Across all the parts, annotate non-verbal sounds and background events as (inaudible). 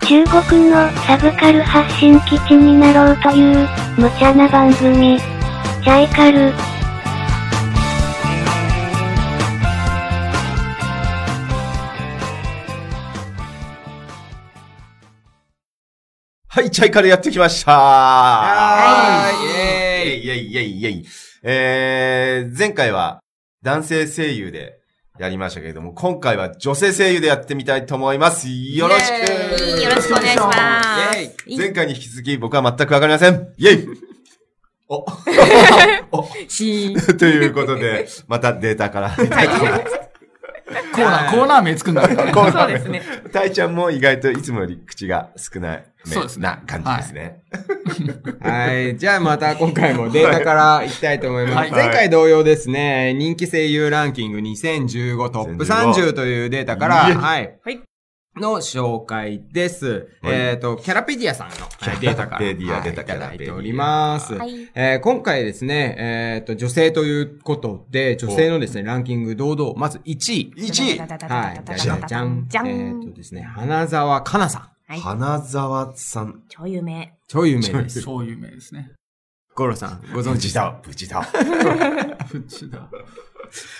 中国のサブカル発信基地になろうという、無茶な番組。チャイカル。はい、チャイカルやってきましたはーいイェイイェイイェイイェイえー、前回は男性声優でやりましたけれども、今回は女性声優でやってみたいと思います。よろしイエーイくよろしくお願いしますイェイ前回に引き続き僕は全くわかりませんイェイ (laughs) おおし (laughs) ということで、またデータから見たいと思います。コーナー、コーナー名つくんだからね。コーナ (laughs) そーうですね。たいちゃんも意外といつもより口が少ないめそうですねな感じですね。はい。じゃあまた今回もデータからいきたいと思います。はい前回同様ですね、人気声優ランキング2015トップ30というデータから、いえはい。はいの紹介です。はいえっと、キャラペディアさんのはいデータから。キャラペディアはい出たいただいております。はい。えー今回ですね、えっと、女性ということで、女性のですね、ランキング堂々、まず1位。 1位はい。じじゃゃんんじじゃゃんん。。えっとですね、花沢香菜さん。はい。花沢さん。超有名。ちょい有名です。そういう名ですね。ゴロさん、ご存無知事だ。だ、無事だ。うちだ。 (laughs)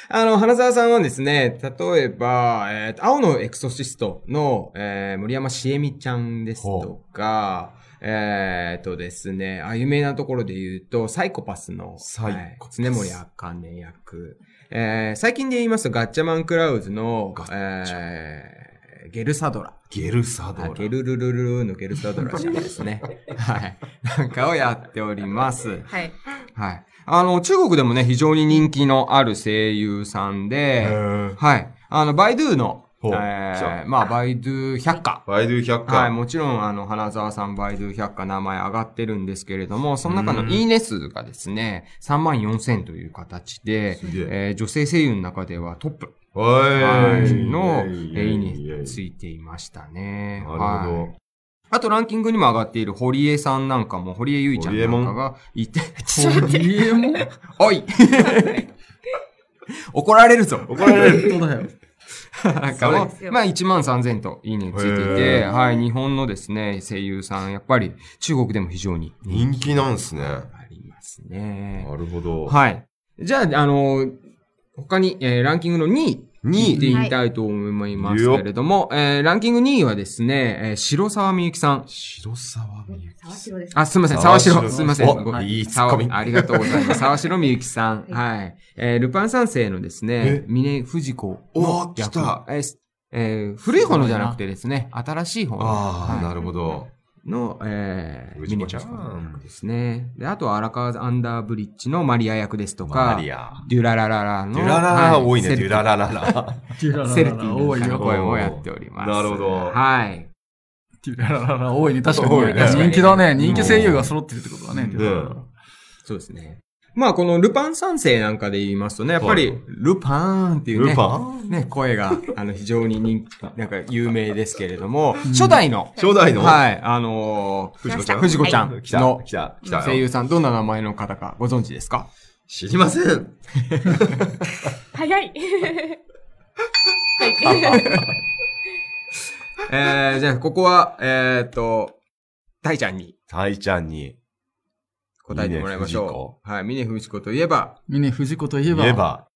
あの、花澤さんはですね、例えば、えー青のエクソシストの、えー森山しえみちゃんですとか、えーっとですね、あ、有名なところで言うと、サイコパスの、サイコパスはい、常森茜役、えー最近で言いますと、ガッチャマンクラウズのガ、ッチャえーゲルサドラ。ゲルサドあラ。ゲルルルルルのゲルサドラちゃんで (laughs) すね。はい。なんかをやっております。はい。はい。あの、中国でもね、非常に人気のある声優さんへで、ーはい。あの、バイドゥの、えほうじゃーあ、まあ、バイドゥ百科。バイドゥ百科。はい。もちろん、あの、花沢さん、バイドゥ百科、名前上がってるんですけれども、その中のいいね数がですね、3万4千という形で、すげえ。えー女性声優の中ではトップおいの、イえェイーいいイェイイェねイついていましたね。なるはほいあとランキングにも上がっている堀江さんなんかも、堀江ゆいちゃんなんかがいて、ちょっと待ってリエ (laughs) モンおい怒られる (laughs) ぞど。怒られる。本当だよ。なんかもそうですよまあ1万3000といいねついていへて、ーはい、日本のですね、声優さん、やっぱり中国でも非常に人気なんすね。がありますね。なるほど。はい。じゃあ、あの他に、えーランキングの2位。 2聞いて位、みたいと思いますけれども、えーランキング2位はですね、えー白沢みゆきさん。白沢みゆき。沢城です。あ、すみません、沢沢城城。すみません。おごいいツッコミ沢ありがとうございます。沢城みゆきさん。ははい。えールパン三世のですねえ、峰藤子おのー来役。たえーすえー古い方のじゃなくてですね、新しい方のああ、はなるほど。いの、えー、藤子ちゃん峰子の役ですね。で、あとは荒川アンダーブリッジのマリア役ですとか、マリア。デュララララの。デュララララ多いね、はデュララララ。デュララセルラテラィ多いセルティのよ。声をやっております。なるほどはい。デュララララ多いね。確か多にいね人気だね。人気声優が揃ってるってことだね。んデュララララそうですね。まあ、このルパン三世なんかで言いますとね、やっぱはりい、ルパンっていうね、ルパンね、声 (laughs) が、あの、非常に人気、なんか有名ですけれども、初代の、初代のはい、あのー藤子ちゃん藤子ちゃん来たの来た来た声優さん、どんな名前の方かご存知ですか知りません。早い。えー、じゃあ、ここは、えーっと、大ちゃんにタイちゃんに答えてもらいましょう。はい、峰不二子といえば、ミネ藤子といえ言ば、えば、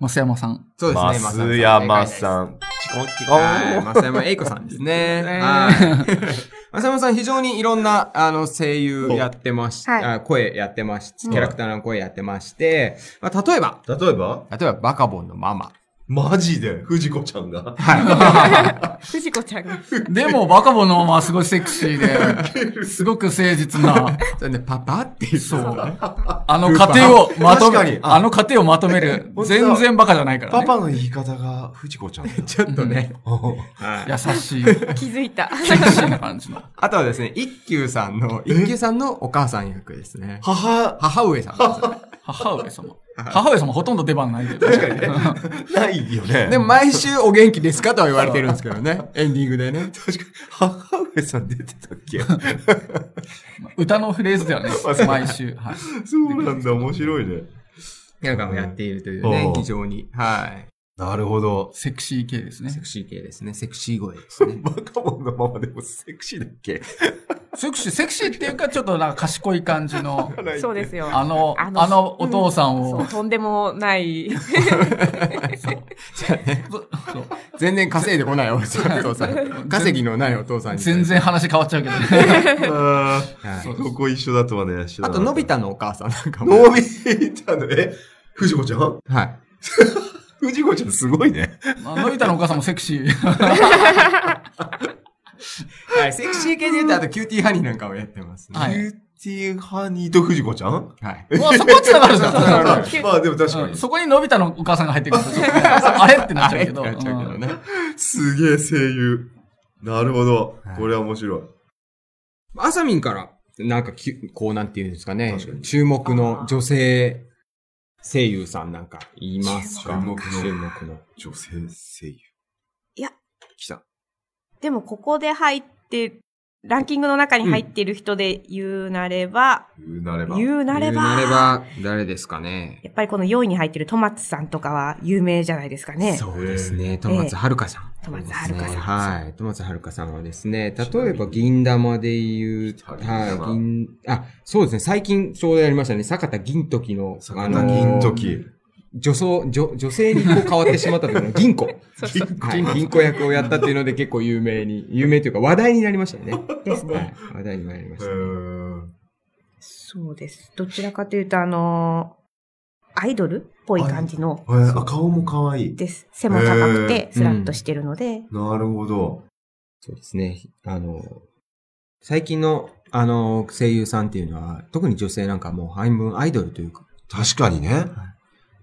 増山さん。そうですね、増山ん。さん。チコンチコンはい、増山英子さんです (laughs) ね。はい。増山さん非常にいろんな、あの、声優やってまし、はいあ声やってまし、キャラクターの声やってまして、まあ、例えば、例えば例えばバカボンのママ。マジで、藤子ちゃんが。藤子ちゃんが。でも、バカボンのまますごいセクシー (laughs) で、すごく誠実な、それでパパって言そううのね。あの過程をまと確かめにる、あの過程をまとめる本、当だ全然バカじゃないからパね。パの言い方が藤子ちゃんだ。ちょっとね。はい優しい、セク気づいた。シーな感じの。あとはですね、一休さんの、一休さんのお母さん役ですね。母、母上さんですね。母上様。母上様ほとんど出番ないけど。確かにね。ないよね。でも、毎週お元気ですかとは言われてるんですけどね。 (laughs) エンディングでね。確かに、母上さん出てたっけ (laughs) 歌のフレーズではねそうそう、毎週。はい。そうなんだ、面白いね。なんかもやっているというねお、う非常に。はい。なるほど。セクシー系ですねセ。クシー系ですね。セクシー声です (laughs) ね。バカボンのままでもセクシーだっけセクシー、セクシーっていうか、ちょっとなんか賢い感じの、そうですよ。あの、あのお父さんを、そうとんでもない。じゃあね、そうそう全然稼いでこないお父さん。稼ぎのないお父さんに。全然話変わっちゃうけどね。あはいーそこ一緒だとはね、知らあなと、かったのび太のお母さんなんかも。のび太の、え藤子ちゃんはい。藤子ちゃんすごいね。ま (laughs) あのび太のお母さんもセクシー。はい、セクシー系で言うと、あと、キューティーハニーなんかをやってますね。はいビューティーハニーと藤子ちゃんはい。うわそこは繋 (laughs) がるじゃんそうそうそうそうまあでも確かうにん。そこにのび太のお母さんが入ってくるとちょっとね、あれってなっちゃうけど。あれってなっちゃうけどね。すげえ声優。なるほどはい。これは面白い。あさみんから、なんかきゅ、こうなんていうんですかね確かに、注目の女性声優さんなんかいますか注目の注目の。女性声優。いや。来た。でもここで入って、ランキングの中に入っている人で言うなれば、言うなれば。言うなれば、言うなれば、誰ですかね。やっぱりこの4位に入っているトマツさんとかは有名じゃないですかね。そうですね。戸松はるかさん。戸松はるかさんはい。戸松はるかさんはですね、例えば銀玉で言う、銀玉はい、銀、あ、そうですね。最近ちょうどやりましたね。坂田銀時の、坂田銀時。女装、女、女性にこう変わってしまった時の銀行。はい、銀行役をやったっていうので結構有名に、有名というか話題になりましたね。ですねはい、話題になりまへした、ーそうです。どちらかというと、あのーアイドルっぽい感じのえ、ーあ顔も可愛い。です。背も高くて、ースラッとしてるので、なるほど。そうですね。あの、最近の、あの、声優さんっていうのは、特に女性なんかもう半分アイドルというか、確かにね。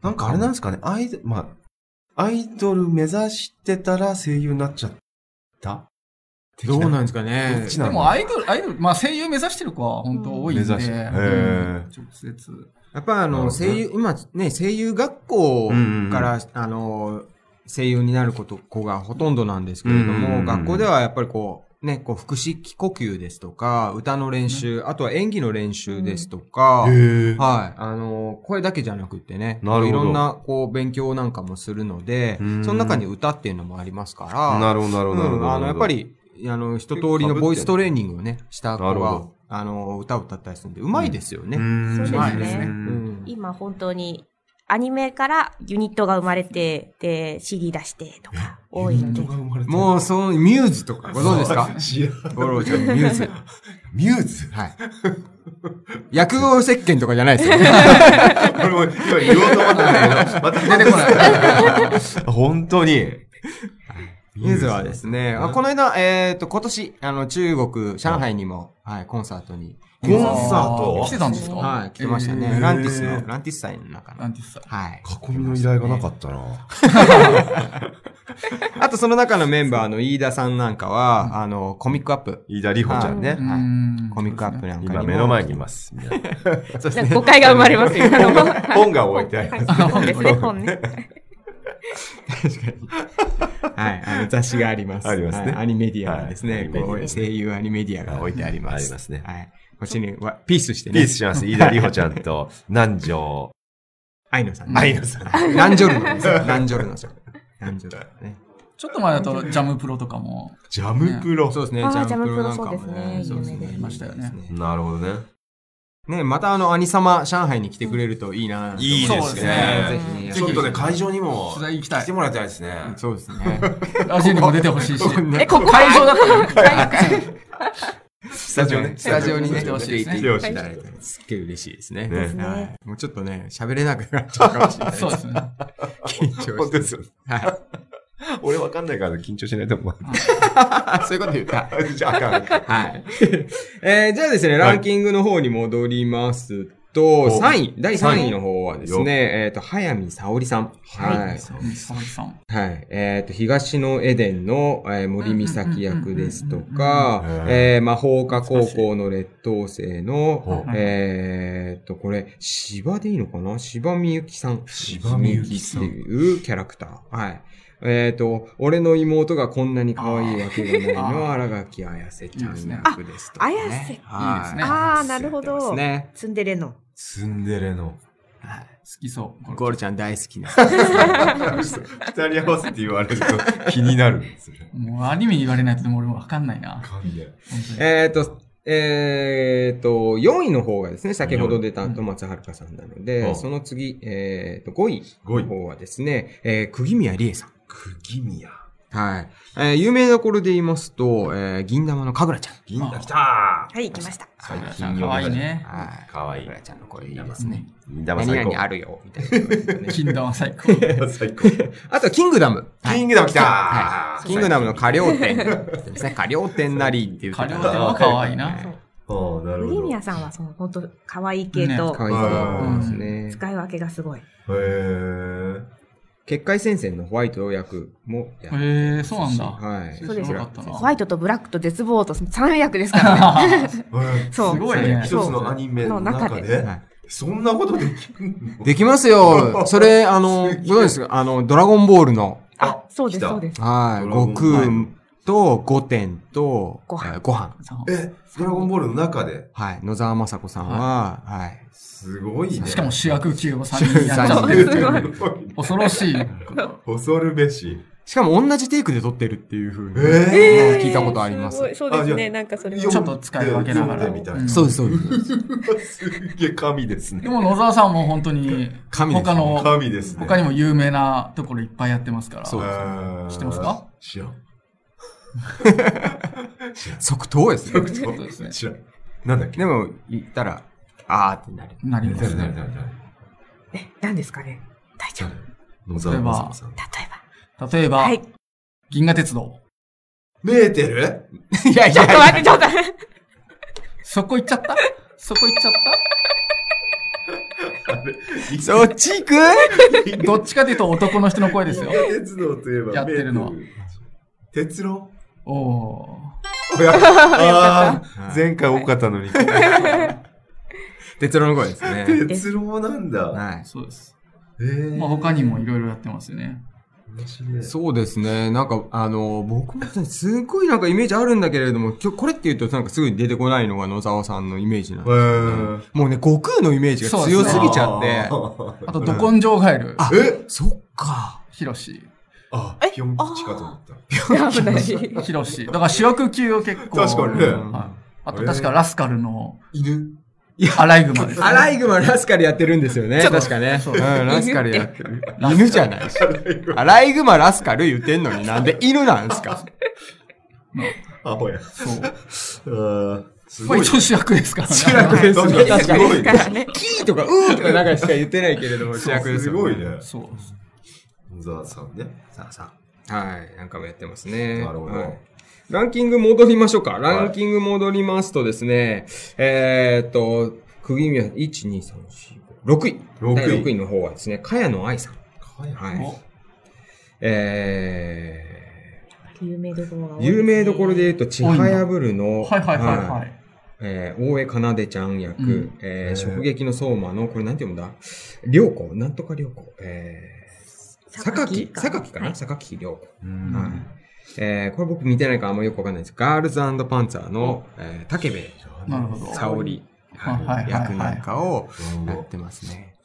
なんかあれなんですかね。アイドル、まあ、アイドル目指してたら声優になっちゃったどうなんですかかね。どっちなでのもアイドル、アイドル、まあ声優目指してる子は本当多いんで。目指してへー直接。やっぱあなるの、ほどね声優、今ね、声優学校うんうんうんから、あの、声優になること、子がほとんどなんですけれどうんうんも、うん学校ではやっぱりこう、ね、こう、腹式呼吸ですとか、歌の練習、あとは演技の練習ですとか、へはい。あの、声だけじゃなくってね、なるほどいろんな、こう、勉強なんかもするのでう、んその中に歌っていうのもありますから、なるほど、なるほど、なるほうんど。あの、やっぱり、あの、一通りのボイストレーニングをね、した子なるほはど、あの、歌を歌ったりするんで、うまいですよね。うん、そうですねまあうんうん今本当にアニメからユニットが生まれて、で、CD 出してとか多いので。もう、その、ミューズとか、ご存知 (laughs) ですか知らん五郎ちゃんのミューズ。ミューズ (laughs) はい。薬用石鹸とかじゃないですよ。俺も今言おうと思ったんだけど、また出てこない。 (laughs) 本当に。 (laughs) ミューズはですね、あこの間、えっ、と、今年、あの、中国、上海にも、はい、コンサートに。コンサートあ来てたんですかはい、来てましたね。えーランティスの、ランティス祭の中なの。んて言ってたはい。囲みの依頼がなかったな。あと、その中のメンバーの飯田さんなんかは、あの、コミックアップ。飯田里穂ちゃんねう。んコミックアップなんかにも今目の前にいます。みんなそうですなんねか誤解が生まれますよ。今のも (laughs) 本が置いてあります。はい本ですね、本ね。はい、あの雑誌があります。ありますねはいアニメディアがですはねい、こう声優アニメディアが置いてありまあす。りますねはい。こっちには、ピースしてね。ピースします。飯田里穂ちゃんと、南條愛のさん。愛乃 (laughs) さん。ランジョルノです。ランジョルノさん。ランジョルノね。ちょっと前だとジャムプロとかも。ジャムプロ。そうですね、あージャンプロなんかもね。ジャムプロそうですね有名でいましたよね。なるほどね。ね、またあの、アニ様、上海に来てくれるといいななんて思いいまですそうでねす。ぜひねちょっとね、会場にも取材行きたい来てもらいたいですね。そうですね。ラジオにも出てほしいし。え、ここ会場だったスタジオねスタジオにね来てほしいですね来てほしいですね。すっげえ嬉しいですね。ねはいもうちょっとね、喋れなくなっちゃうかもしれない。そうですね。緊張して。本当ですよ。はい。俺わかんないから緊張しないと思う。あ (laughs) そういうこと言うか。 (laughs) じゃああかんあかん。はい。 (laughs) えーじゃあですね、ランキングの方に戻りますと、お3位、第3位の方はですはいよね、えっ、と、早見沙織さん。はい。沙織さん。はい。えっ、と、東のエデンの、えー森美咲役ですとうんうんうんうんかう、んえー、魔法科高校の劣等生の懐か、しいえっ、と、これ、芝でいいのかな芝みゆきさん。芝みゆきさんっていうキャラクター。はい。えっ、と、俺の妹がこんなに可愛いわけがないの、あ荒垣綾瀬ちゃん役ですとあか、ね。綾瀬はいいですねあーなるほどそうですね。ツンデレの。ツンデレの。はいきそう。これゴールちゃん大好きな。二人合わせて言われると (laughs) 気になるんですね。もうアニメ言われないとでも俺もわかんないな。噛んで。本当 (laughs) にえっと、えっと、4位の方がですね、先ほど出た戸松遥さんなのうで、んその次、えっと、5位5位の方はですね、えー、釘宮理恵さん。釘宮。はい。えー有名どころで言いますと、えー銀玉のかぐらちゃん。銀あだ来たはい、行きました。最近さあかわいいね。はい。かわいいかぐらちゃんの声いいですね。銀玉何最々高。あるよ、みたいなことですよね。 (laughs) 金玉最高。最高。あとはキングダム。はいキングダム来たはいキングダムの過料 (laughs) 店。ですね。過料店なりっていう過ところ。料店は可愛いな。そう。 (laughs) ああ、なるウほリミど。へアさんはその本当可愛い系ねと可い愛いですね。使い分けがすごい。え。結界戦線のホワイト役もやってますしへえそうなんだはい。そうです知らなかったなホワイトとブラックと絶望と三役ですからね。そう。すごいね一つそうのアニメの中の中でで、はいそんなことできるのできますよ。それ、(laughs) あの、どうですかあの、ドラゴンボールの、あ、そうで来す、たそうです。はい、ドラゴン悟空と、ゴテンと、ご飯えーご飯。え、ドラゴンボールの中で、はい、野沢雅子さんは、はい。すごいね。しかも主役級を3人やっちゃっそうてするごい恐ろしい。 (laughs) 恐るべし。しかも同じテイクで撮ってるっていう風に、え聞いたことあります。そうですねあじゃあなんかそれはちょっと使い分けながら。読んでみたいんそうです、そうです。 (laughs) すげえ神ですでね。も野沢さんも本当に、神です他の、神ですね。他にも有名なところいっぱいやってますから。そうも知ってますか知らん。即答ですね。そうですね知らん。なんだっけでも、言ったら、あーってなる。なりま誰す誰ね。誰誰何ですかね大丈夫。誰野沢雅子さん。例え例えば、ば。はい。ち銀河鉄道。メーテル (laughs) いやいょっとや、待って、ちょっと待って。そこ行っちゃったそこ行っちゃっそっち行くたどっちかというと男の人の声ですよ。鉄道といえば、やってるのはメーテル。鉄郎おおあたあ、前回多かったのに。哲郎の声ですね。鉄郎なんだ。はー。そうです。えーまあ他にもいろいろやってますよね。面白いい。そうですね。なんか、あの、僕もねすごいなんかイメージあるんだけれども、今日これって言うとなんかすぐに出てこないのが野沢さんのイメージなんえでーもうね、悟空のイメージが強すぎちゃって。あと、ど根性ガエル、あえそっか。ヒロシ。あ、えピョン吉かと思った。危ない。ヒロシ。だから主役級を結構。確かにねはいあと確かラスカルの犬アライグマです (laughs) ね。アライグマラスカルやってるんですよね。確かね。うん、ラスカルやってる。 (laughs) 犬じゃないし。アライグマラスカル言ってんのになんで犬なんです (laughs) かアホや。そう。うんすまごあい。一応主役ですからね。主役です確ね。かに確かすごに。いだからね。キーとかうーとかなんかしか言ってないけれども、主役ですすよ。ごい。ね。そう。野沢さんね。さあさあ。はい。なんかもやってますね。なるほどはいランキング戻りましょうか。ランキング戻りますとですね、えーっと、釘宮、1、2、3、4、5、6位。六位第6位の方はですね、茅野愛さん。はいおえ有名どころがー、多いですね有名どころで言うと、ちはやぶるの、。はいはいはいはいい。えー、大江かなでちゃん役、うんええーー、直撃の相馬の、これなんて読むんだ良子、なんとか良子、えー、榊榊かな榊良子。うんはい。えー、これ僕見てないからあんまよくわかんないです。ガールズパンツァーの、えー、竹部なるほど。沙織はいはいはいはい役なんかをうんやってますね。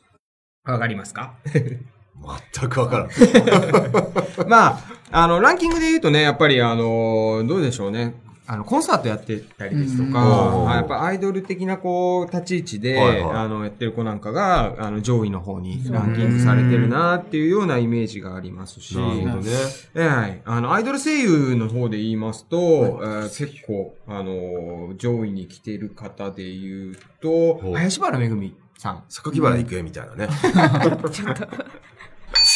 わかりますか全くわからん。まあ、あの、ランキングで言うとね、やっぱりあの、どうでしょうね。あの、コンサートやってたりですとか、うんはいやっぱアイドル的なこう、立ち位置で、はいはいあの、やってる子なんかが、あの、上位の方にランキングされてるなっていうようなイメージがありますし、なるほどね。ええはい。あの、アイドル声優の方で言いますと、えー結構、あのー上位に来てる方で言うほうと、林原めぐみさん。榊原郁恵みたいなね。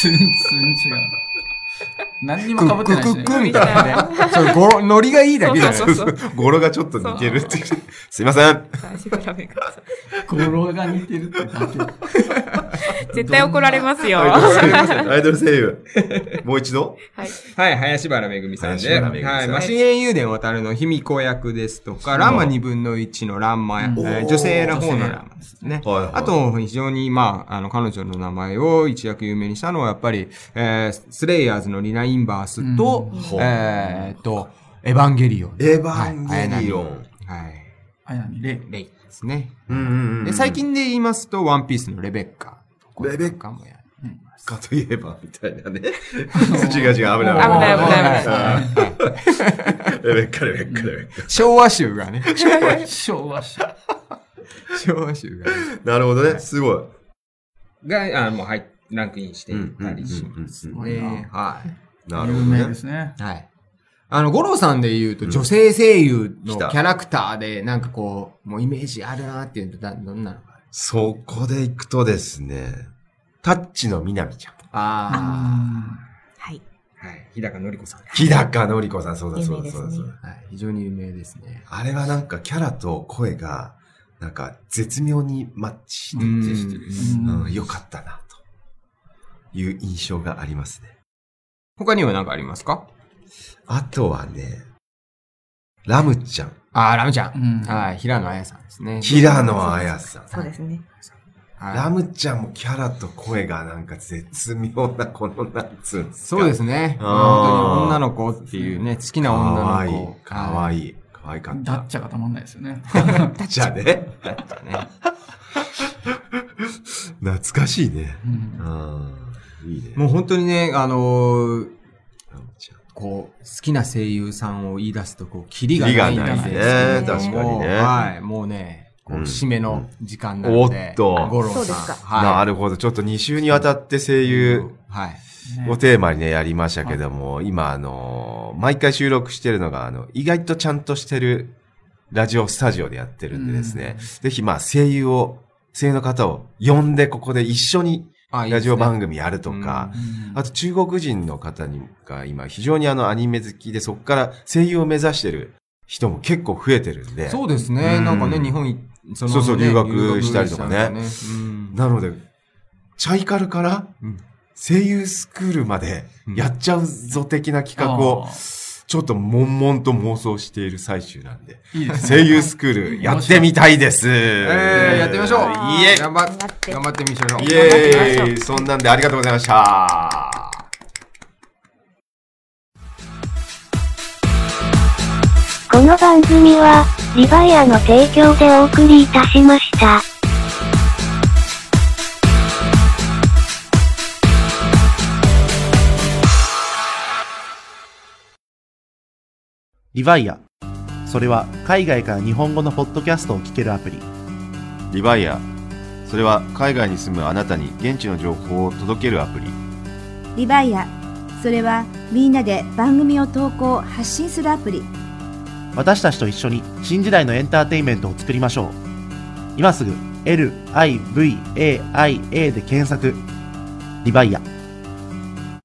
全然違う。何にも被ってないしね。みたいな (laughs) ね。そう、ごろ、ノリがいいだけじゃないそうそう語呂がちょっと似てるっていう。すいません。足柄めが語呂が似てるってだけ。絶対怒られますよ。アイドル声優。もう一度はい。はい、林原めぐみさん林で。原めぐみさんはい、まあ、深淵幽伝渡るの卑弥呼役ですとか、ランマ二分の一のランマ、えうんー女性の方のランマですね。はいはいあと、非常に、まあ、あの、彼女の名前を一躍有名にしたのは、やっぱり、えースレイヤーズのリナ・インバースと、うんえーっと、エヴァンゲリオン。エヴァンゲリオンはい。はい。あやみれい。レイですね。うんうんうんで、最近で言いますと、ワンピースのレベッカとこういうレベのッかもやってます。かといえば、みたいなね。違う違う、危ない危ない。危ない危ない危はないはいはいレベッカ、レベッカ、レベッ昭和集がね。昭和史。昭和集がね。カ。なるほどね。すごい。が、あの、もう入っ、ランクインしていたりしますうんうんうんうんね。はい。なるほ有ど名でね。すね。はい。あの、五郎さんで言うと、女性声優の来キたャラクターで、なんかこう、もうイメージあるなっていうと、だどんなのか。そこで行くとですね、タッチのみなみちゃん。あはい。あ。はい。日高のりこさん。日高のり子さん、そうだ有そうだ名ですそねうだそうだ。はい。非常に有名ですね。あれはなんかキャラと声が、なんか絶妙にマッチしてうんてしてるうんうん、よかったな、という印象がありますね。他には何かありますかあとはね、ラムちゃん。ああ、ラムちゃ。うんん。はい。平野綾さんですね。平野綾さん。そうですね。はいラムちゃんもキャラと声がなんか絶妙な、このなんつうんすかそうですね。あー本当に女の子っていうね、好きなかわ女いのい子。。かわいい。かわいかっダたッ。チャがたまんないですよね。じゃあね。い。ね、懐かしいね。うんああ、いいね。もう本当にね、あのーラムちゃん。こう、好きな声優さんを言い出すと、こう、キリキがリながいんないでねす。確ねかにもうね。はい。もうね、こううん締めの時間なので。おっと五郎そうでさん。すかなるるほど。ちょっと2週にわたって声優はい。をテーマにね、やりましたけども、今、あのー、毎回収録してるのが、あの、意外とちゃんとしてるラジオスタジオでやってるんでですね、ぜひ、まあ、声優を、声優の方を呼んで、ここで一緒にあいいラですねジオ番組やるとか、うんあと中国人の方にが今非常にあのアニメ好きでそこから声優を目指してる人も結構増えてるんで。そうですね。うんなんかね、日本い、そそうそうね留学したりとかね留学したりとかねうんなので、チャイカルからうん声優スクールまでやっちゃうぞ的な企画をあちょっと悶々と妄想している最中なんで、ーいいですね。声優スクールやってみたいです。えー、やってみましょう。いえ、頑張っ頑張って頑張ってみましょう。イエーイそんなんでありがとうございました。この番組は、リバイアの提供でお送りいたしました。リヴァイア。それは海外から日本語のポッドキャストを聞けるアプリ。リバイア。それは海外に住むあなたに現地の情報を届けるアプリ。リバイアそれはみんなで番組を投稿発信するアプリ私たちと一緒に新時代のエンターテインメントを作りましょう。今すぐ LIVAIA で検索。リヴァイア。